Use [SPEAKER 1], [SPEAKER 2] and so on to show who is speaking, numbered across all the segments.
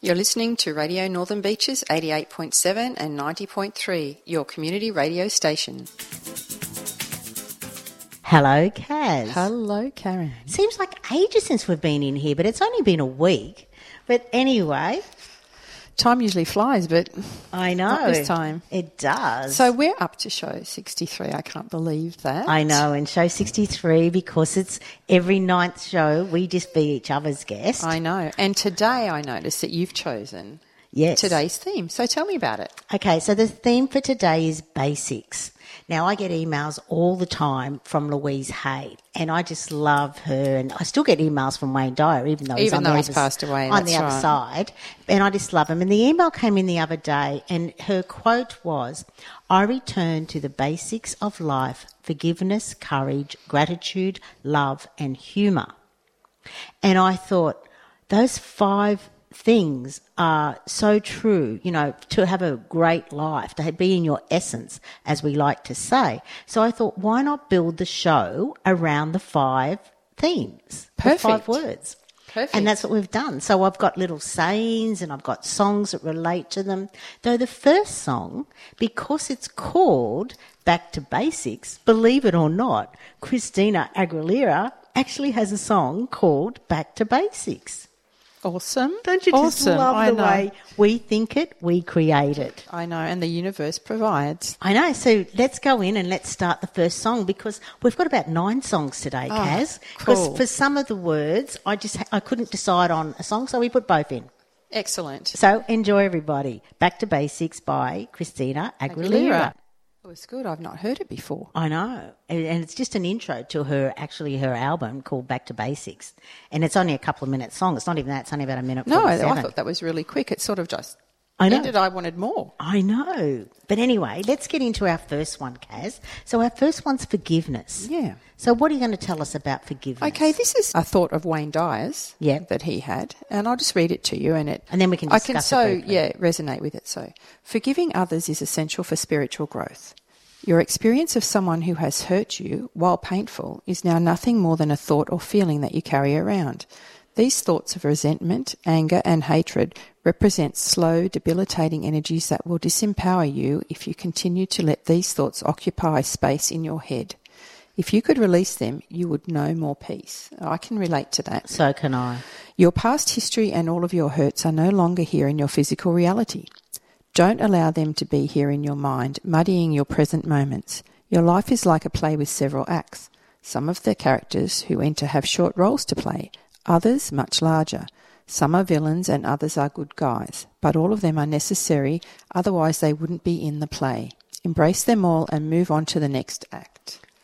[SPEAKER 1] You're listening to Radio Northern Beaches 88.7 and 90.3, your community radio station.
[SPEAKER 2] Hello, Kaz.
[SPEAKER 1] Hello, Karen.
[SPEAKER 2] Seems like ages since we've been in here, but it's only been a week. But anyway,
[SPEAKER 1] Time usually flies, but
[SPEAKER 2] I know.
[SPEAKER 1] Not this time.
[SPEAKER 2] It does.
[SPEAKER 1] so we're up to show 63. I can't believe that.
[SPEAKER 2] I know, and show 63 because it's every ninth show we just be each other's guest.
[SPEAKER 1] I know. And today I noticed that you've chosen
[SPEAKER 2] yes.
[SPEAKER 1] today's theme. So tell me about it.
[SPEAKER 2] Okay, so the theme for today is basics. Now, I get emails all the time from Louise Hay, and I just love her. And I still get emails from Wayne Dyer, even though he's
[SPEAKER 1] Even
[SPEAKER 2] on
[SPEAKER 1] though
[SPEAKER 2] the
[SPEAKER 1] he's
[SPEAKER 2] other,
[SPEAKER 1] passed away,
[SPEAKER 2] on the
[SPEAKER 1] that's
[SPEAKER 2] other
[SPEAKER 1] right.
[SPEAKER 2] side. And I just love him. And the email came in the other day, and her quote was I return to the basics of life forgiveness, courage, gratitude, love, and humour. And I thought, those five things are so true, you know, to have a great life, to be in your essence, as we like to say. So I thought, why not build the show around the five themes? the
[SPEAKER 1] Perfect.
[SPEAKER 2] five words.
[SPEAKER 1] Perfect.
[SPEAKER 2] And that's what we've done. So I've got little sayings and I've got songs that relate to them. Though the first song, because it's called Back to Basics, believe it or not, Christina Aguilera actually has a song called Back to Basics.
[SPEAKER 1] Awesome.
[SPEAKER 2] Don't you just
[SPEAKER 1] awesome.
[SPEAKER 2] love
[SPEAKER 1] I
[SPEAKER 2] the
[SPEAKER 1] know.
[SPEAKER 2] way we think it, we create it?
[SPEAKER 1] I know. And the universe provides.
[SPEAKER 2] I know. So let's go in and let's start the first song because we've got about nine songs today, Kaz. Because
[SPEAKER 1] cool.
[SPEAKER 2] for some of the words, I just I couldn't decide on a song, so we put both in.
[SPEAKER 1] Excellent.
[SPEAKER 2] So enjoy, everybody. Back to Basics by Christina Aguilera.
[SPEAKER 1] It was good. I've not heard it before.
[SPEAKER 2] I know. And and it's just an intro to her, actually, her album called Back to Basics. And it's only a couple of minutes long. It's not even that. It's only about a minute.
[SPEAKER 1] No, I
[SPEAKER 2] 47.
[SPEAKER 1] thought that was really quick. It sort of just
[SPEAKER 2] I know.
[SPEAKER 1] ended. I wanted more.
[SPEAKER 2] I know. But anyway, let's get into our first one, Kaz. So our first one's forgiveness.
[SPEAKER 1] Yeah.
[SPEAKER 2] So what are you going to tell us about forgiveness?
[SPEAKER 1] Okay, this is a thought of Wayne Dyer's
[SPEAKER 2] Yeah.
[SPEAKER 1] that he had, and I'll just read it to you, and it
[SPEAKER 2] And then we can
[SPEAKER 1] I can
[SPEAKER 2] discuss it
[SPEAKER 1] so
[SPEAKER 2] briefly.
[SPEAKER 1] yeah resonate with it. So forgiving others is essential for spiritual growth. Your experience of someone who has hurt you, while painful, is now nothing more than a thought or feeling that you carry around. These thoughts of resentment, anger, and hatred represent slow, debilitating energies that will disempower you if you continue to let these thoughts occupy space in your head. If you could release them, you would know more peace. I can relate to that.
[SPEAKER 2] So can I.
[SPEAKER 1] Your past history and all of your hurts are no longer here in your physical reality. Don't allow them to be here in your mind, muddying your present moments. Your life is like a play with several acts. Some of the characters who enter have short roles to play, others much larger. Some are villains and others are good guys, but all of them are necessary, otherwise, they wouldn't be in the play. Embrace them all and move on to the next act.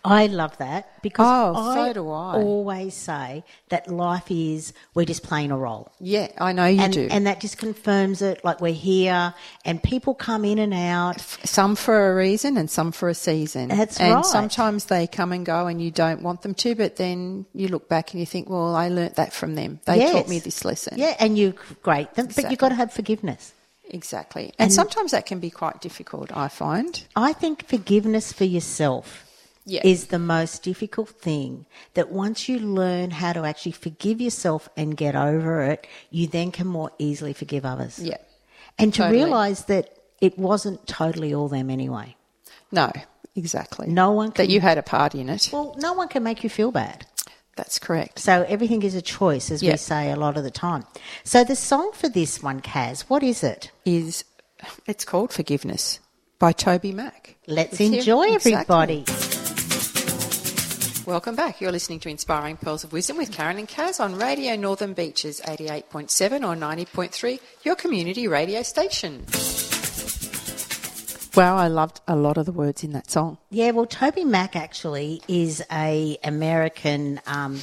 [SPEAKER 2] I love that because
[SPEAKER 1] Oh,
[SPEAKER 2] I,
[SPEAKER 1] so do I.
[SPEAKER 2] always say that life is we're just playing a role.
[SPEAKER 1] Yeah, I know you
[SPEAKER 2] and,
[SPEAKER 1] do.
[SPEAKER 2] and that just confirms it. Like we're here, and people come in and out.
[SPEAKER 1] some for a reason and some for a season.
[SPEAKER 2] That's
[SPEAKER 1] and
[SPEAKER 2] right.
[SPEAKER 1] sometimes they come and go and you don't want them to, but then you look back and you think, well, I learnt that from them. They
[SPEAKER 2] Yes.
[SPEAKER 1] taught me this lesson.
[SPEAKER 2] Yeah, and you grate them, but
[SPEAKER 1] Exactly.
[SPEAKER 2] you've got to have forgiveness.
[SPEAKER 1] Exactly. And, sometimes that can be quite difficult, I find.
[SPEAKER 2] I think forgiveness for yourself
[SPEAKER 1] Yeah.
[SPEAKER 2] is the most difficult thing. That once you learn how to actually forgive yourself and get over it, you then can more easily forgive others.
[SPEAKER 1] Yeah.
[SPEAKER 2] and to
[SPEAKER 1] totally.
[SPEAKER 2] realize that it wasn't totally all them anyway.
[SPEAKER 1] No, exactly.
[SPEAKER 2] No one can
[SPEAKER 1] That you had a part in it.
[SPEAKER 2] Well, no one can make you feel bad.
[SPEAKER 1] That's correct.
[SPEAKER 2] So everything is a choice, as we
[SPEAKER 1] Yeah.
[SPEAKER 2] say a lot of the time. So the song for this one, Kaz, what is it?
[SPEAKER 1] Is it's called Forgiveness by Toby Mack.
[SPEAKER 2] Let's
[SPEAKER 1] It's him.
[SPEAKER 2] enjoy,
[SPEAKER 1] Exactly.
[SPEAKER 2] everybody.
[SPEAKER 1] Welcome back. You're listening to Inspiring Pearls of Wisdom with Karen and Kaz on Radio Northern Beaches 88.7 or 90.3, your community radio station. Wow, I loved a lot of the words in that song.
[SPEAKER 2] Yeah, well, Toby Mack actually is a American. Um,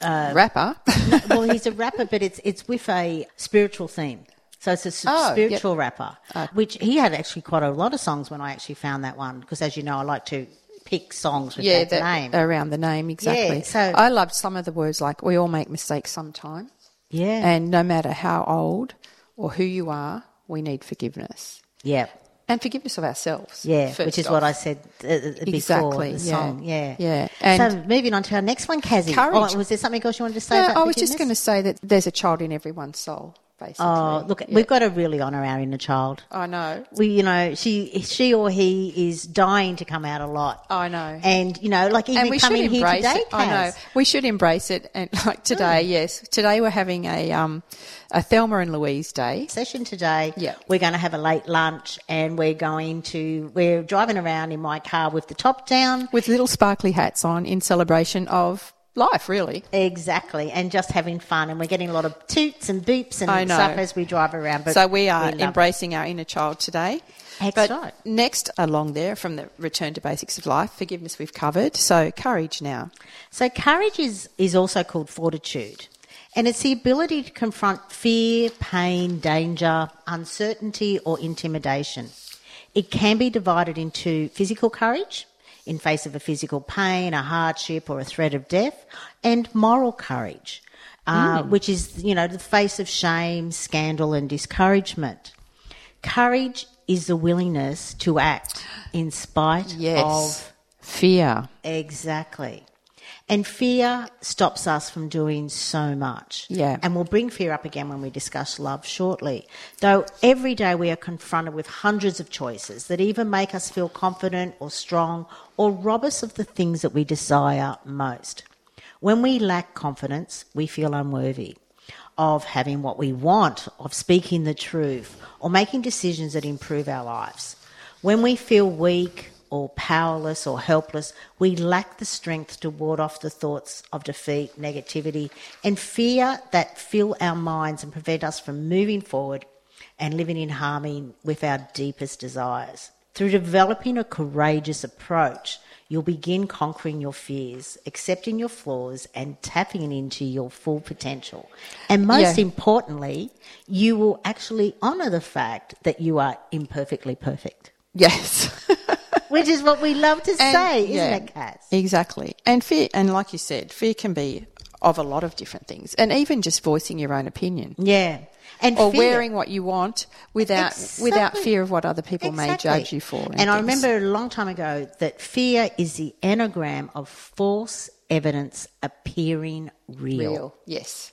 [SPEAKER 1] Uh, Rapper.
[SPEAKER 2] well, he's a rapper, but it's it's with a spiritual theme. So it's a s-
[SPEAKER 1] Oh, Uh,
[SPEAKER 2] spiritual rapper, which he had actually quite a lot of songs when I actually found that one because, as you know, I like to pick songs with that, name.
[SPEAKER 1] around the name exactly.
[SPEAKER 2] Yeah, so-
[SPEAKER 1] I loved some of the words like we all make mistakes sometime,
[SPEAKER 2] yeah,
[SPEAKER 1] and no matter how old or who you are, we need forgiveness
[SPEAKER 2] yeah,
[SPEAKER 1] and forgiveness of ourselves.
[SPEAKER 2] yeah,
[SPEAKER 1] first
[SPEAKER 2] which is
[SPEAKER 1] off.
[SPEAKER 2] what I said uh, uh, before
[SPEAKER 1] Exactly,
[SPEAKER 2] the
[SPEAKER 1] yeah,
[SPEAKER 2] song. Yeah,
[SPEAKER 1] yeah.
[SPEAKER 2] so
[SPEAKER 1] And-
[SPEAKER 2] moving on to our next one, Kazzy.
[SPEAKER 1] Courage.
[SPEAKER 2] Oh, was there something else you wanted to say?
[SPEAKER 1] No,
[SPEAKER 2] about
[SPEAKER 1] I was just going
[SPEAKER 2] forgiveness?
[SPEAKER 1] to say that there's a child in everyone's soul, basically.
[SPEAKER 2] Oh, look, we've got to really honour our inner child.
[SPEAKER 1] I know.
[SPEAKER 2] We, you know, she, she or he is dying to come out a lot.
[SPEAKER 1] I know.
[SPEAKER 2] and you know, like even
[SPEAKER 1] Oh. and we should
[SPEAKER 2] coming here
[SPEAKER 1] embrace
[SPEAKER 2] today,
[SPEAKER 1] it. I know
[SPEAKER 2] Kaz. Hmm.
[SPEAKER 1] we should embrace it, and like today, yes, today we're having a um, a Thelma and Louise day.
[SPEAKER 2] session today.
[SPEAKER 1] Yeah.
[SPEAKER 2] We're going to have a late lunch and we're going to, we're driving around in my car with the top down.
[SPEAKER 1] with little sparkly hats on in celebration of life, really.
[SPEAKER 2] Exactly. And just having fun. And we're getting a lot of toots and boops
[SPEAKER 1] I
[SPEAKER 2] and
[SPEAKER 1] know.
[SPEAKER 2] stuff as we drive around. But
[SPEAKER 1] so we are
[SPEAKER 2] love
[SPEAKER 1] embracing our inner child today.
[SPEAKER 2] That's
[SPEAKER 1] but
[SPEAKER 2] right.
[SPEAKER 1] next along there from the return to basics of life, forgiveness we've covered. So courage now.
[SPEAKER 2] it. So courage is, is also called fortitude. And it's the ability to confront fear, pain, danger, uncertainty, or intimidation. It can be divided into physical courage in face of a physical pain, a hardship, or a threat of death, and moral courage, uh, which is, you know, the face of shame, scandal, and discouragement. Courage is the willingness to act in spite of
[SPEAKER 1] fear.
[SPEAKER 2] Exactly. And fear stops us from doing so much.
[SPEAKER 1] Yeah.
[SPEAKER 2] And we'll bring fear up again when we discuss love shortly. Though every day we are confronted with hundreds of choices that either make us feel confident or strong or rob us of the things that we desire most. When we lack confidence, we feel unworthy of having what we want, of speaking the truth, or making decisions that improve our lives. When we feel weak or powerless or helpless, we lack the strength to ward off the thoughts of defeat, negativity, and fear that fill our minds and prevent us from moving forward and living in harmony with our deepest desires. Through developing a courageous approach, you'll begin conquering your fears, accepting your flaws, and tapping into your full potential. And most
[SPEAKER 1] Yeah.
[SPEAKER 2] importantly, you will actually honour the fact that you are imperfectly perfect
[SPEAKER 1] Yes.
[SPEAKER 2] which is what we love to
[SPEAKER 1] And-
[SPEAKER 2] say,
[SPEAKER 1] yeah,
[SPEAKER 2] isn't it, Kaz?
[SPEAKER 1] Exactly. And fear, and like you said, fear can be of a lot of different things, and even just voicing your own opinion.
[SPEAKER 2] Yeah, and
[SPEAKER 1] or
[SPEAKER 2] fear.
[SPEAKER 1] wearing what you want without without
[SPEAKER 2] Exactly.
[SPEAKER 1] fear of what other people may judge you for.
[SPEAKER 2] And I
[SPEAKER 1] things.
[SPEAKER 2] remember a long time ago that fear is the anagram of false evidence appearing real.
[SPEAKER 1] real, yes,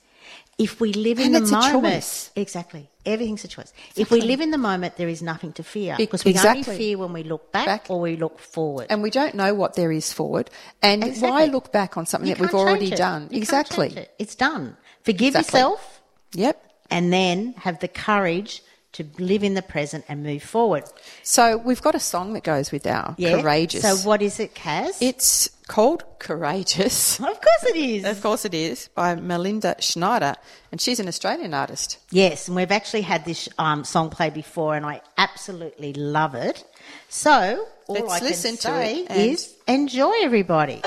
[SPEAKER 2] If we live in
[SPEAKER 1] And
[SPEAKER 2] the
[SPEAKER 1] it's a
[SPEAKER 2] moment,
[SPEAKER 1] choice.
[SPEAKER 2] exactly, everything's a choice. If we live in the moment, there is nothing to fear
[SPEAKER 1] Ex-
[SPEAKER 2] because we
[SPEAKER 1] E- exactly.
[SPEAKER 2] only fear when we look back,
[SPEAKER 1] Back.
[SPEAKER 2] or we look forward.
[SPEAKER 1] and we don't know what there is forward, and why
[SPEAKER 2] Exactly.
[SPEAKER 1] look back on something
[SPEAKER 2] You
[SPEAKER 1] that we've
[SPEAKER 2] can't change
[SPEAKER 1] already
[SPEAKER 2] it.
[SPEAKER 1] done?
[SPEAKER 2] You can't
[SPEAKER 1] exactly.
[SPEAKER 2] change it. It's done. Forgive
[SPEAKER 1] Exactly.
[SPEAKER 2] yourself.
[SPEAKER 1] Yep.
[SPEAKER 2] and then have the courage to live in the present and move forward.
[SPEAKER 1] So we've got a song that goes with our
[SPEAKER 2] Yeah.
[SPEAKER 1] courageous.
[SPEAKER 2] So what is it, Kaz?
[SPEAKER 1] it's called Courageous.
[SPEAKER 2] of course it is.
[SPEAKER 1] Of course, it is by Melinda Schneider, and she's an Australian artist.
[SPEAKER 2] Yes, and we've actually had this um, song play before, and I absolutely love it. So all
[SPEAKER 1] Let's
[SPEAKER 2] I can
[SPEAKER 1] listen to
[SPEAKER 2] say
[SPEAKER 1] it and-
[SPEAKER 2] is enjoy, everybody.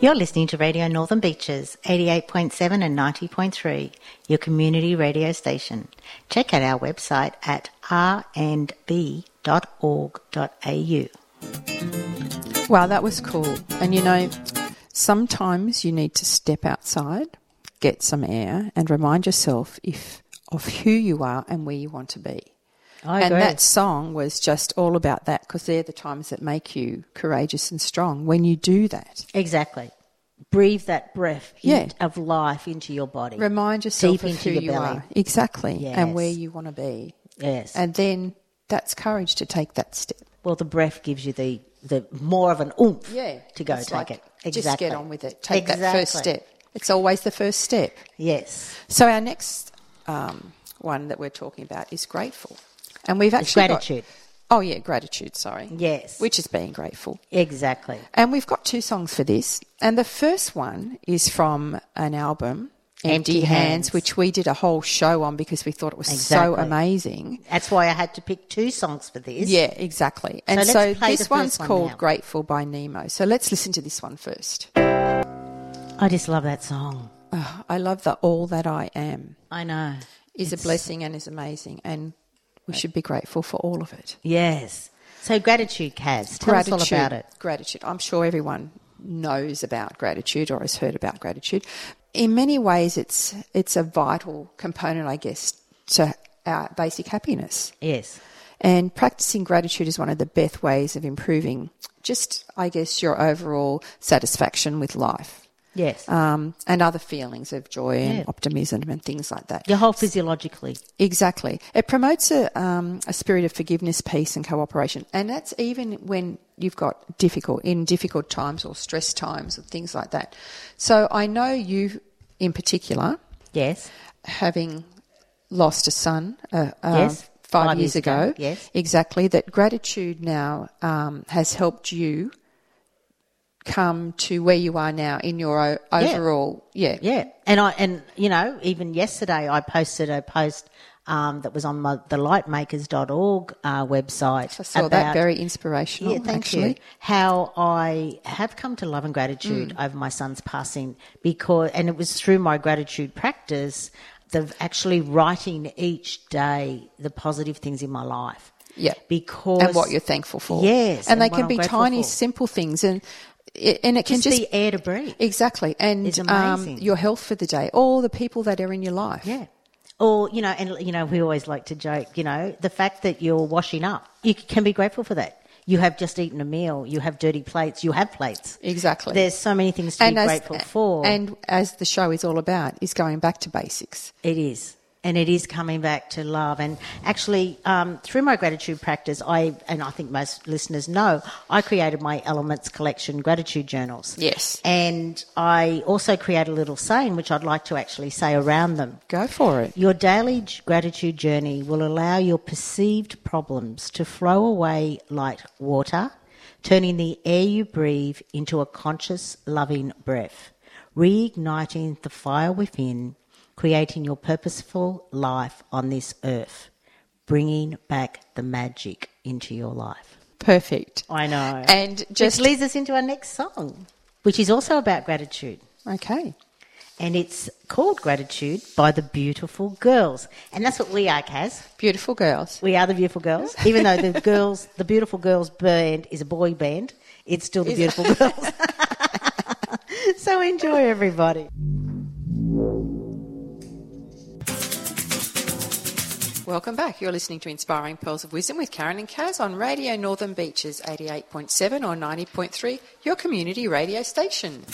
[SPEAKER 2] You're listening to Radio Northern Beaches, 88.7 and 90.3, your community radio station. Check out our website at rnb.org.au.
[SPEAKER 1] Wow, that was cool. And you know, sometimes you need to step outside, get some air, and remind yourself if of who you are and where you want to be.
[SPEAKER 2] I
[SPEAKER 1] and
[SPEAKER 2] agree.
[SPEAKER 1] that song was just all about that because they're the times that make you courageous and strong when you do that.
[SPEAKER 2] Exactly. Breathe that breath
[SPEAKER 1] Yeah.
[SPEAKER 2] in- of life into your body.
[SPEAKER 1] Remind yourself
[SPEAKER 2] Deep
[SPEAKER 1] of
[SPEAKER 2] into
[SPEAKER 1] who
[SPEAKER 2] your
[SPEAKER 1] you
[SPEAKER 2] belly.
[SPEAKER 1] are exactly and
[SPEAKER 2] Yes.
[SPEAKER 1] where you want to be,
[SPEAKER 2] yes.
[SPEAKER 1] and then that's courage to take that step.
[SPEAKER 2] well, the breath gives you the, the more of an oomph
[SPEAKER 1] Yeah,
[SPEAKER 2] to go
[SPEAKER 1] it's
[SPEAKER 2] take
[SPEAKER 1] like,
[SPEAKER 2] it.
[SPEAKER 1] Just get on with it. Take that first
[SPEAKER 2] Exactly.
[SPEAKER 1] step. It's always the first step.
[SPEAKER 2] Yes.
[SPEAKER 1] So our next um, one that we're talking about is grateful, and we've actually got-
[SPEAKER 2] gratitude.
[SPEAKER 1] oh yeah, gratitude. Sorry.
[SPEAKER 2] Yes.
[SPEAKER 1] Which is being grateful,
[SPEAKER 2] Exactly.
[SPEAKER 1] and we've got two songs for this. And the first one is from an album, Empty,
[SPEAKER 2] Empty
[SPEAKER 1] Hands,
[SPEAKER 2] Hands.
[SPEAKER 1] which we did a whole show on because we thought it was so
[SPEAKER 2] Exactly.
[SPEAKER 1] amazing.
[SPEAKER 2] That's why I had to pick two songs for this.
[SPEAKER 1] Yeah, exactly. And
[SPEAKER 2] let's
[SPEAKER 1] so,
[SPEAKER 2] play the
[SPEAKER 1] this
[SPEAKER 2] first
[SPEAKER 1] one's
[SPEAKER 2] one
[SPEAKER 1] called
[SPEAKER 2] now.
[SPEAKER 1] Grateful by Nemo. So let's listen to this one first.
[SPEAKER 2] I just love that song.
[SPEAKER 1] Oh, I love the all that I am
[SPEAKER 2] I know.
[SPEAKER 1] is a blessing and is amazing, and we should be grateful for all of it.
[SPEAKER 2] Yes. So gratitude, Kaz. Tell us all about it.
[SPEAKER 1] Gratitude. I'm sure everyone knows about gratitude or has heard about gratitude. In many ways, it's it's a vital component, I guess, to our basic happiness.
[SPEAKER 2] Yes.
[SPEAKER 1] And practicing gratitude is one of the best ways of improving, just I guess, your overall satisfaction with life
[SPEAKER 2] Yes.
[SPEAKER 1] um, and other feelings of joy and
[SPEAKER 2] Yeah.
[SPEAKER 1] optimism and things like that.
[SPEAKER 2] Your whole physiologically.
[SPEAKER 1] Exactly. It promotes a, um, a spirit of forgiveness, peace, and cooperation. And that's even when you've got difficult, in difficult times or stress times or things like that. So I know you, in particular,
[SPEAKER 2] Yes.
[SPEAKER 1] having lost a son uh, uh,
[SPEAKER 2] Yes,
[SPEAKER 1] five,
[SPEAKER 2] five
[SPEAKER 1] years,
[SPEAKER 2] years ago,
[SPEAKER 1] ago,
[SPEAKER 2] yes.
[SPEAKER 1] exactly, that gratitude now um, has helped you come to where you are now in your o-
[SPEAKER 2] Yeah.
[SPEAKER 1] overall, yeah,
[SPEAKER 2] Yeah. And I and you know, even yesterday I posted a post um, that was on my, the lightmakers.org uh, website.
[SPEAKER 1] I saw that
[SPEAKER 2] about-
[SPEAKER 1] very inspirational.
[SPEAKER 2] Yeah, thank
[SPEAKER 1] actually.
[SPEAKER 2] you. How I have come to love and gratitude
[SPEAKER 1] Mm.
[SPEAKER 2] over my son's passing because, and it was through my gratitude practice, of actually writing each day the positive things in my life.
[SPEAKER 1] Yeah.
[SPEAKER 2] Because
[SPEAKER 1] and what you're thankful for.
[SPEAKER 2] Yes,
[SPEAKER 1] and,
[SPEAKER 2] and
[SPEAKER 1] they
[SPEAKER 2] what
[SPEAKER 1] can
[SPEAKER 2] I'm
[SPEAKER 1] be
[SPEAKER 2] grateful
[SPEAKER 1] tiny,
[SPEAKER 2] for.
[SPEAKER 1] simple things, and it, and it
[SPEAKER 2] just,
[SPEAKER 1] can just
[SPEAKER 2] the air to breathe.
[SPEAKER 1] exactly and
[SPEAKER 2] is
[SPEAKER 1] um,
[SPEAKER 2] amazing.
[SPEAKER 1] your health for the day, all the people that are in your life.
[SPEAKER 2] Yeah. Or, you know, and, you know, we always like to joke, you know, the fact that you're washing up, you c- can be grateful for that. You have just eaten a meal, you have dirty plates, you have plates.
[SPEAKER 1] exactly.
[SPEAKER 2] There's so many things to be grateful for.
[SPEAKER 1] and as the show is all about, is going back to basics.
[SPEAKER 2] It is. And it is coming back to love. And actually, um, through my gratitude practice, I, and I think most listeners know, I created my Elements Collection gratitude journals.
[SPEAKER 1] Yes.
[SPEAKER 2] And I also created a little saying, which I'd like to actually say around them.
[SPEAKER 1] Go for it.
[SPEAKER 2] Your daily j- gratitude journey will allow your perceived problems to flow away like water, turning the air you breathe into a conscious, loving breath, reigniting the fire within, creating your purposeful life on this earth, bringing back the magic into your life.
[SPEAKER 1] Perfect.
[SPEAKER 2] I know.
[SPEAKER 1] And just
[SPEAKER 2] Which leads us into our next song, which is also about gratitude
[SPEAKER 1] okay.
[SPEAKER 2] and it's called Gratitude by the Beautiful Girls. And that's what we are, Kaz.
[SPEAKER 1] Beautiful girls.
[SPEAKER 2] We are the Beautiful Girls. Even though the girls, the Beautiful Girls band is a boy band, it's still the Beautiful Girls. so enjoy, everybody.
[SPEAKER 1] Welcome back. You're listening to Inspiring Pearls of Wisdom with Karen and Kaz on Radio Northern Beaches 88.7 or 90.3, your community radio station.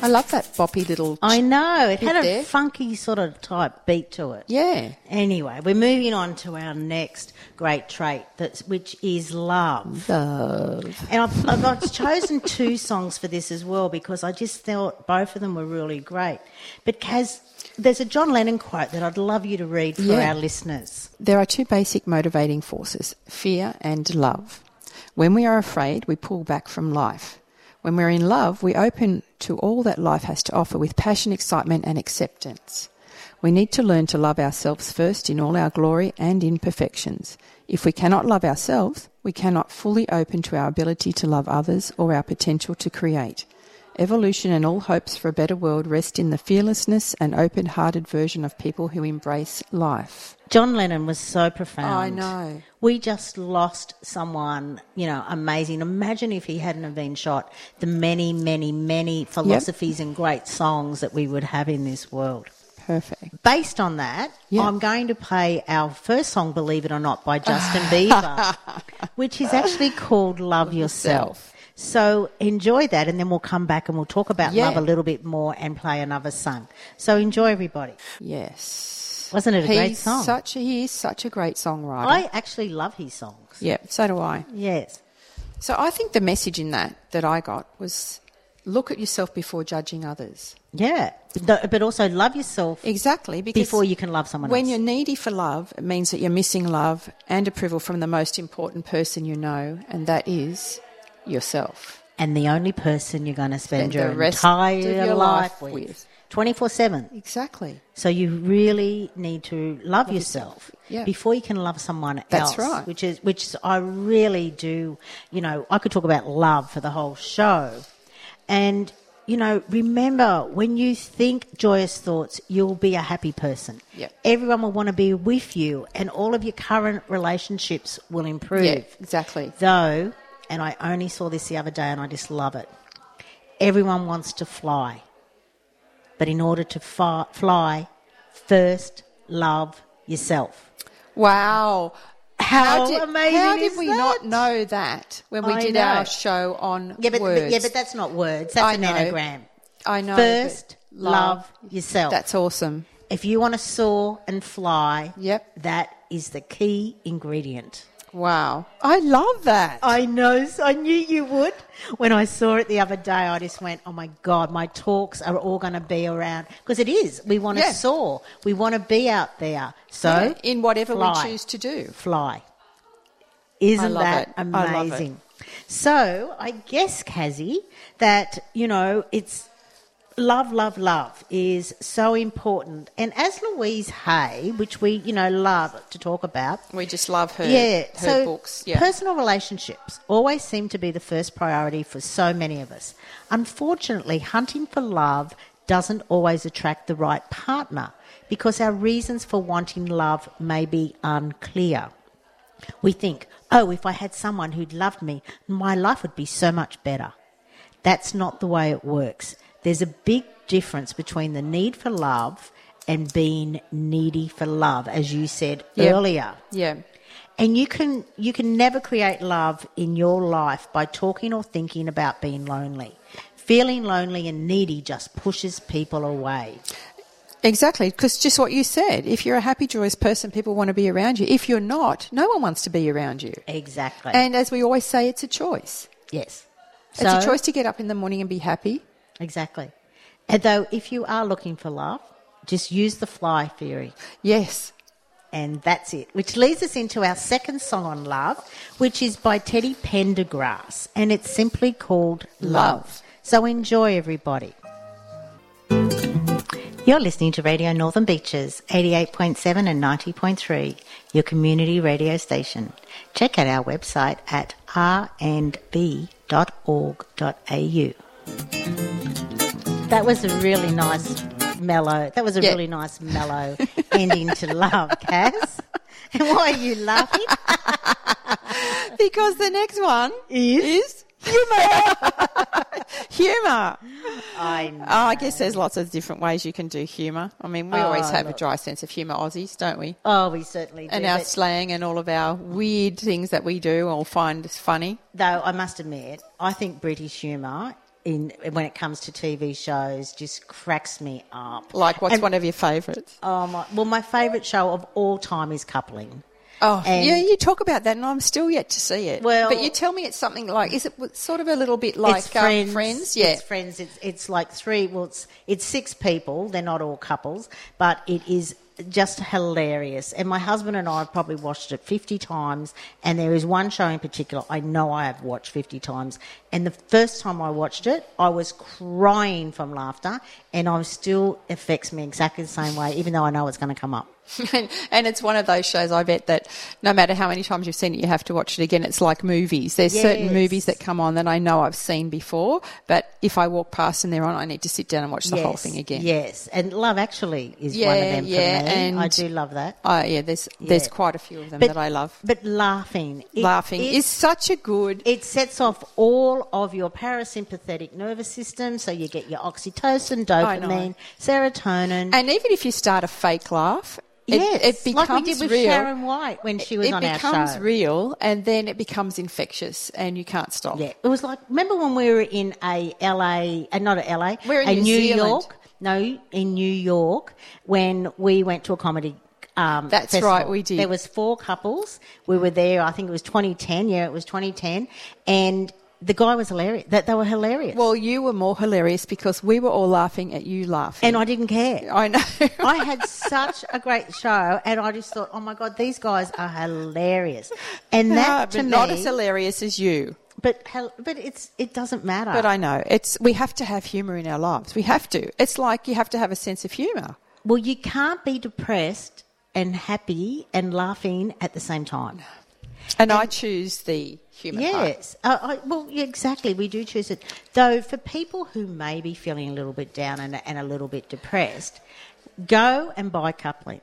[SPEAKER 1] I love that boppy little.
[SPEAKER 2] I know it
[SPEAKER 1] Bit
[SPEAKER 2] had a
[SPEAKER 1] there.
[SPEAKER 2] funky sort of type beat to it.
[SPEAKER 1] yeah.
[SPEAKER 2] Anyway, we're moving on to our next great trait, that's, which is love.
[SPEAKER 1] Love.
[SPEAKER 2] And I've, I've, I've chosen two songs for this as well because I just thought both of them were really great. But Kaz, there's a John Lennon quote that I'd love you to read for
[SPEAKER 1] Yeah.
[SPEAKER 2] our listeners.
[SPEAKER 1] There are two basic motivating forces fear and love. When we are afraid, we pull back from life. When we're in love, we open to all that life has to offer with passion, excitement, and acceptance. We need to learn to love ourselves first in all our glory and imperfections. If we cannot love ourselves, we cannot fully open to our ability to love others or our potential to create. Evolution and all hopes for a better world rest in the fearlessness and open hearted version of people who embrace life.
[SPEAKER 2] John Lennon was so profound.
[SPEAKER 1] I know.
[SPEAKER 2] We just lost someone, you know, amazing. Imagine if he hadn't have been shot. The many, many, many philosophies and great songs that we would have in this world.
[SPEAKER 1] Perfect.
[SPEAKER 2] Based on that,
[SPEAKER 1] Yeah.
[SPEAKER 2] I'm going to play our first song, Believe It or Not, by Justin Bieber, which is actually called Love Yourself. So enjoy that, and then we'll come back and we'll talk about
[SPEAKER 1] Yeah.
[SPEAKER 2] love a little bit more and play another song. So enjoy, everybody.
[SPEAKER 1] Yes.
[SPEAKER 2] Wasn't it a great
[SPEAKER 1] He's
[SPEAKER 2] song?
[SPEAKER 1] Such a, he is such a great songwriter.
[SPEAKER 2] I actually love his songs.
[SPEAKER 1] yeah, so do I.
[SPEAKER 2] Yes.
[SPEAKER 1] So I think the message in that that I got was look at yourself before judging others.
[SPEAKER 2] Yeah. Th- But also love yourself
[SPEAKER 1] Exactly. Because
[SPEAKER 2] before you can love someone
[SPEAKER 1] when
[SPEAKER 2] else.
[SPEAKER 1] you're needy for love, it means that you're missing love and approval from the most important person you know, and that is yourself.
[SPEAKER 2] and the only person you're going to spend,
[SPEAKER 1] Spend the
[SPEAKER 2] your
[SPEAKER 1] rest
[SPEAKER 2] entire
[SPEAKER 1] of your
[SPEAKER 2] life
[SPEAKER 1] life
[SPEAKER 2] with.
[SPEAKER 1] with.
[SPEAKER 2] 24 7.
[SPEAKER 1] Exactly.
[SPEAKER 2] So you really need to love, yourself,
[SPEAKER 1] Yeah.
[SPEAKER 2] before you can love someone
[SPEAKER 1] That's
[SPEAKER 2] else.
[SPEAKER 1] right.
[SPEAKER 2] Which is which is- I really do. You know, I could talk about love for the whole show, and you know, remember when you think joyous thoughts, you'll be a happy person.
[SPEAKER 1] Yep.
[SPEAKER 2] Everyone will want to be with you, and all of your current relationships will improve.
[SPEAKER 1] Yeah, exactly.
[SPEAKER 2] Though, and I only saw this the other day and I just love it. Everyone wants to fly. But in order to fi- fly, first love yourself.
[SPEAKER 1] Wow.
[SPEAKER 2] How
[SPEAKER 1] did,
[SPEAKER 2] amazing
[SPEAKER 1] How did
[SPEAKER 2] is
[SPEAKER 1] we
[SPEAKER 2] that?
[SPEAKER 1] not know that when we
[SPEAKER 2] I
[SPEAKER 1] did
[SPEAKER 2] know.
[SPEAKER 1] our show on
[SPEAKER 2] Yeah, but
[SPEAKER 1] words?
[SPEAKER 2] yeah, but that's not words. That's
[SPEAKER 1] I
[SPEAKER 2] an
[SPEAKER 1] know.
[SPEAKER 2] anagram.
[SPEAKER 1] I know.
[SPEAKER 2] First,
[SPEAKER 1] but
[SPEAKER 2] love yourself.
[SPEAKER 1] That's awesome.
[SPEAKER 2] if you want to soar and fly,
[SPEAKER 1] Yep.
[SPEAKER 2] that is the key ingredient.
[SPEAKER 1] Wow. I love that.
[SPEAKER 2] I know. I knew you would. When I saw it the other day, I just went, "Oh my god, my talks are all going to be around because it is. We want to
[SPEAKER 1] Yeah.
[SPEAKER 2] soar. We want to be out there. So
[SPEAKER 1] Yeah, in whatever
[SPEAKER 2] fly.
[SPEAKER 1] we choose to do.
[SPEAKER 2] fly. Isn't
[SPEAKER 1] love
[SPEAKER 2] that
[SPEAKER 1] it. I love it.
[SPEAKER 2] amazing? So I guess, Kazi, that you know it's love, love, love is so important. And as Louise Hay, which we you know love to talk about,
[SPEAKER 1] We just love her.
[SPEAKER 2] yeah,
[SPEAKER 1] her
[SPEAKER 2] so
[SPEAKER 1] books. Yeah.
[SPEAKER 2] personal relationships always seem to be the first priority for so many of us. Unfortunately, hunting for love doesn't always attract the right partner because our reasons for wanting love may be unclear. We think, oh, if I had someone who'd loved me, my life would be so much better. That's not the way it works. There's a big difference between the need for love and being needy for love, as you said
[SPEAKER 1] Yeah.
[SPEAKER 2] earlier.
[SPEAKER 1] yeah.
[SPEAKER 2] And you can you can never create love in your life by talking or thinking about being lonely. Feeling lonely and needy just pushes people away.
[SPEAKER 1] Exactly, because just what you said, if you're a happy, joyous person, people want to be around you. If you're not, no one wants to be around you.
[SPEAKER 2] Exactly.
[SPEAKER 1] And as we always say, it's a choice.
[SPEAKER 2] yes.
[SPEAKER 1] it's a
[SPEAKER 2] So-
[SPEAKER 1] choice to get up in the morning and be happy.
[SPEAKER 2] Exactly. And though if you are looking for love, just use the fly theory.
[SPEAKER 1] Yes.
[SPEAKER 2] And that's it. Which leads us into our second song on love, which is by Teddy Pendergrass. And it's simply called Love.
[SPEAKER 1] Love.
[SPEAKER 2] So enjoy, everybody. You're listening to Radio Northern Beaches, 88.7 and 90.3, your community radio station. Check out our website at rnb.org.au. That was a really nice mellow. That was a
[SPEAKER 1] Yeah.
[SPEAKER 2] really nice mellow ending to love, Cass. And why are you laughing?
[SPEAKER 1] Because the next one is, humour. humour.
[SPEAKER 2] I know.
[SPEAKER 1] Oh, I guess there's lots of different ways you can do humour. I mean, we always
[SPEAKER 2] Oh,
[SPEAKER 1] have
[SPEAKER 2] look.
[SPEAKER 1] a dry sense of humour, Aussies, don't we?
[SPEAKER 2] Oh, we certainly do.
[SPEAKER 1] And our
[SPEAKER 2] but-
[SPEAKER 1] slang and all of our weird things that we do or find funny.
[SPEAKER 2] though I must admit, I think British humour in when it comes to TV shows just cracks me up.
[SPEAKER 1] Like, what's
[SPEAKER 2] And-
[SPEAKER 1] one of your favourites?
[SPEAKER 2] Oh my, well, my favourite show of all time is Coupling.
[SPEAKER 1] Oh,
[SPEAKER 2] And-
[SPEAKER 1] yeah, you talk about that, and I'm still yet to see it.
[SPEAKER 2] Well-
[SPEAKER 1] but you tell me it's something like, is it w- sort of a little bit like
[SPEAKER 2] it's friends,
[SPEAKER 1] Um, friends? Yeah.
[SPEAKER 2] it's friends. It's it's like three. Well, it's it's six people. They're not all couples, but it is just hilarious. And my husband and I have probably watched it fifty times. And there is one show in particular I know I have watched fifty times. And the first time I watched it, I was crying from laughter, and I still affects me exactly the same way, even though I know it's going to come up.
[SPEAKER 1] and, and it's one of those shows I bet that no matter how many times you've seen it, you have to watch it again. It's like movies. There's certain
[SPEAKER 2] Yes.
[SPEAKER 1] movies that come on that I know I've seen before, but if I walk past and they're on, I need to sit down and watch the whole
[SPEAKER 2] Yes,
[SPEAKER 1] thing again.
[SPEAKER 2] Yes, and Love Actually is one of
[SPEAKER 1] Yeah,
[SPEAKER 2] them
[SPEAKER 1] yeah,
[SPEAKER 2] for me. I
[SPEAKER 1] and-
[SPEAKER 2] do love that.
[SPEAKER 1] Uh, yeah, there's there's
[SPEAKER 2] Yeah.
[SPEAKER 1] quite a few of them that I love.
[SPEAKER 2] But laughing, it-
[SPEAKER 1] Laughing
[SPEAKER 2] it-
[SPEAKER 1] is such a good.
[SPEAKER 2] It sets off all of your parasympathetic nervous system, so you get your oxytocin,
[SPEAKER 1] I
[SPEAKER 2] dopamine,
[SPEAKER 1] know.
[SPEAKER 2] serotonin.
[SPEAKER 1] And even if you start a fake laugh, it,
[SPEAKER 2] yes,
[SPEAKER 1] it becomes
[SPEAKER 2] like we did with
[SPEAKER 1] real.
[SPEAKER 2] Sharon White when she was
[SPEAKER 1] it
[SPEAKER 2] on our show.
[SPEAKER 1] becomes real, and then it becomes infectious, and you can't stop.
[SPEAKER 2] Yeah, it was like remember when we were in a LA, uh, not a LA,
[SPEAKER 1] We're in
[SPEAKER 2] a
[SPEAKER 1] New Zealand.
[SPEAKER 2] York. No, in New York when we went to a comedy. Um,
[SPEAKER 1] That's
[SPEAKER 2] festival.
[SPEAKER 1] right, we did.
[SPEAKER 2] There was four couples. We were there. I think it was 2010. Yeah, it was 2010, and the guy was hilarious. That they were hilarious.
[SPEAKER 1] Well, you were more hilarious because we were all laughing at you laughing.
[SPEAKER 2] and I didn't care.
[SPEAKER 1] I know.
[SPEAKER 2] I had such a great show, and I just thought, oh my god, these guys are hilarious, and that
[SPEAKER 1] No,
[SPEAKER 2] to
[SPEAKER 1] but
[SPEAKER 2] me,
[SPEAKER 1] not as hilarious as you.
[SPEAKER 2] but hel- but it's it doesn't matter.
[SPEAKER 1] But I know it's we have to have humour in our lives. We have to. It's like you have to have a sense of humour.
[SPEAKER 2] well, you can't be depressed and happy and laughing at the same time.
[SPEAKER 1] And, I choose the human part.
[SPEAKER 2] Yes. Uh, I, well, yeah, exactly. We do choose it. Though, for people who may be feeling a little bit down and, and a little bit depressed, go and buy coupling.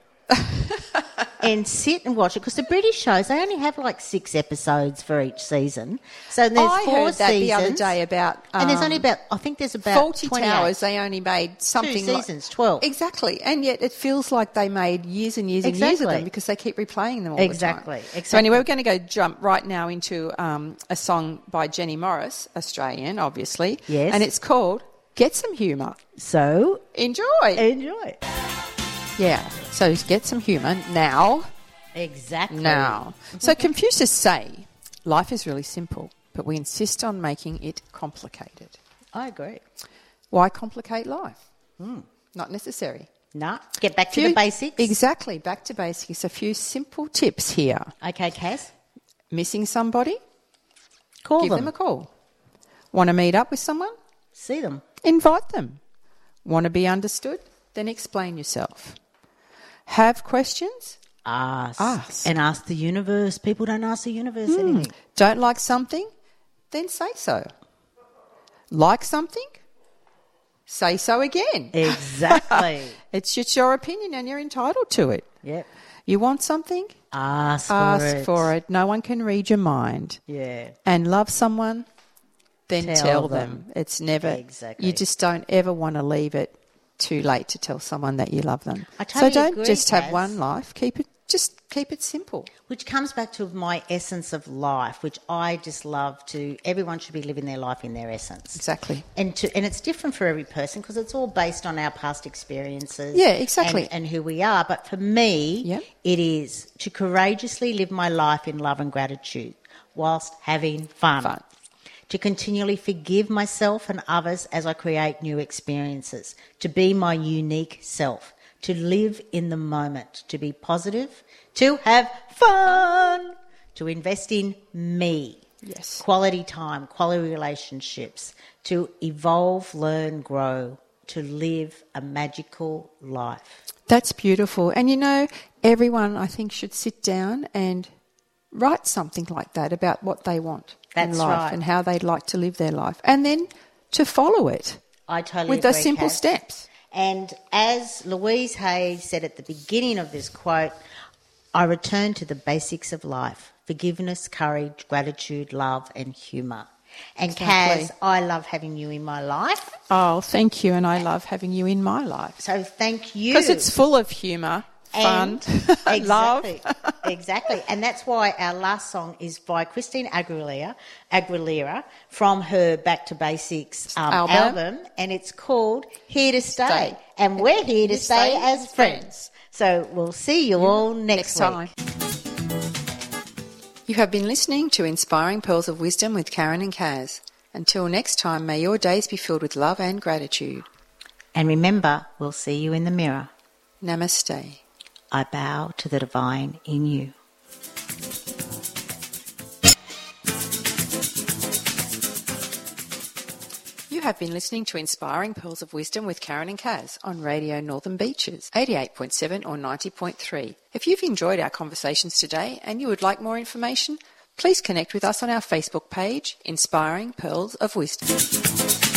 [SPEAKER 2] and sit and watch it because the British shows they only have like six episodes for each season. So there's
[SPEAKER 1] I
[SPEAKER 2] four
[SPEAKER 1] heard that
[SPEAKER 2] seasons.
[SPEAKER 1] the other day about
[SPEAKER 2] and there's
[SPEAKER 1] um,
[SPEAKER 2] only about I think there's about
[SPEAKER 1] Faulty
[SPEAKER 2] 28.
[SPEAKER 1] Towers. They only made something like-
[SPEAKER 2] seasons, 12.
[SPEAKER 1] exactly, and yet it feels like they made years and years and years of
[SPEAKER 2] Exactly.
[SPEAKER 1] them because they keep replaying them all
[SPEAKER 2] Exactly,
[SPEAKER 1] the time. So
[SPEAKER 2] exactly.
[SPEAKER 1] anyway, we're going to go jump right now into um, a song by Jenny Morris, Australian, obviously.
[SPEAKER 2] Yes.
[SPEAKER 1] and it's called "Get Some Humour."
[SPEAKER 2] So
[SPEAKER 1] Enjoy.
[SPEAKER 2] Eh. enjoy.
[SPEAKER 1] yeah. So get some humour now.
[SPEAKER 2] Exactly.
[SPEAKER 1] Now. So Confucius say, life is really simple, but we insist on making it complicated.
[SPEAKER 2] I agree.
[SPEAKER 1] Why complicate life?
[SPEAKER 2] Hmm.
[SPEAKER 1] Not necessary.
[SPEAKER 2] No, get back to
[SPEAKER 1] Few-
[SPEAKER 2] the basics.
[SPEAKER 1] Exactly. Back to basics. A few simple tips here.
[SPEAKER 2] okay, Cass.
[SPEAKER 1] Missing somebody?
[SPEAKER 2] Call
[SPEAKER 1] give them.
[SPEAKER 2] them.
[SPEAKER 1] a call. Want to meet up with someone?
[SPEAKER 2] See them.
[SPEAKER 1] Invite them. Want to be understood? Then explain yourself. Have questions?
[SPEAKER 2] Ask.
[SPEAKER 1] Ask.
[SPEAKER 2] And ask Hmm. the universe. People don't ask the universe anything.
[SPEAKER 1] Don't like something? Then say so. Like something? Say so again.
[SPEAKER 2] Exactly.
[SPEAKER 1] It's just your opinion and you're entitled to it.
[SPEAKER 2] yep.
[SPEAKER 1] You want something?
[SPEAKER 2] Ask,
[SPEAKER 1] Ask
[SPEAKER 2] for it.
[SPEAKER 1] for it. No one can read your mind.
[SPEAKER 2] Yeah.
[SPEAKER 1] and love someone, then tell,
[SPEAKER 2] Tell
[SPEAKER 1] them.
[SPEAKER 2] them.
[SPEAKER 1] It's never
[SPEAKER 2] Exactly.
[SPEAKER 1] You just don't ever want to leave it too late to tell someone that you love them.
[SPEAKER 2] I
[SPEAKER 1] so
[SPEAKER 2] totally
[SPEAKER 1] don't
[SPEAKER 2] agree,
[SPEAKER 1] just have
[SPEAKER 2] Kaz.
[SPEAKER 1] one life. Keep it just keep it simple.
[SPEAKER 2] Which comes back to my essence of life, which I just love to. Everyone should be living their life in their essence.
[SPEAKER 1] Exactly.
[SPEAKER 2] And, to, and it's different for every person because it's all based on our past experiences.
[SPEAKER 1] Yeah, exactly.
[SPEAKER 2] And, and who we are. But for me,
[SPEAKER 1] Yeah.
[SPEAKER 2] it is to courageously live my life in love and gratitude whilst having fun.
[SPEAKER 1] Fun.
[SPEAKER 2] To continually forgive myself and others as I create new experiences. To be my unique self. To live in the moment. To be positive. To have fun. To invest in me
[SPEAKER 1] Yes.
[SPEAKER 2] quality time, quality relationships, to evolve, learn, grow, to live a magical life.
[SPEAKER 1] That's beautiful. And you know, everyone I think should sit down and write something like that about what they want in
[SPEAKER 2] That's
[SPEAKER 1] life
[SPEAKER 2] right.
[SPEAKER 1] and how they'd like to live their life. And then to follow it
[SPEAKER 2] I totally
[SPEAKER 1] with those
[SPEAKER 2] agree,
[SPEAKER 1] simple
[SPEAKER 2] Kat.
[SPEAKER 1] steps.
[SPEAKER 2] And as Louise Hay said at the beginning of this quote, I return to the basics of life forgiveness, courage, gratitude, love, and humour. And
[SPEAKER 1] Exactly.
[SPEAKER 2] Kaz, I love having you in my life.
[SPEAKER 1] Oh, thank you and I love having you in my life.
[SPEAKER 2] So thank you.
[SPEAKER 1] Because it's full of humour, fun,
[SPEAKER 2] And-
[SPEAKER 1] love.
[SPEAKER 2] exactly, exactly. And that's why our last song is by Christine Aguilera, Aguilera from her Back to Basics um,
[SPEAKER 1] Album.
[SPEAKER 2] album. and it's called Here to Stay.
[SPEAKER 1] Stay.
[SPEAKER 2] And we're here to
[SPEAKER 1] You
[SPEAKER 2] stay,
[SPEAKER 1] stay
[SPEAKER 2] as friends. So we'll see you all next, week.
[SPEAKER 1] You have been listening to Inspiring Pearls of Wisdom with Karen and Kaz. Until next time, may your days be filled with love and gratitude.
[SPEAKER 2] And remember, we'll see you in the mirror.
[SPEAKER 1] Namaste.
[SPEAKER 2] I bow to the divine in you.
[SPEAKER 1] You have been listening to Inspiring Pearls of Wisdom with Karen and Kaz on Radio Northern Beaches, 88.7 or 90.3. If you've enjoyed our conversations today and you would like more information, please connect with us on our Facebook page, Inspiring Pearls of Wisdom.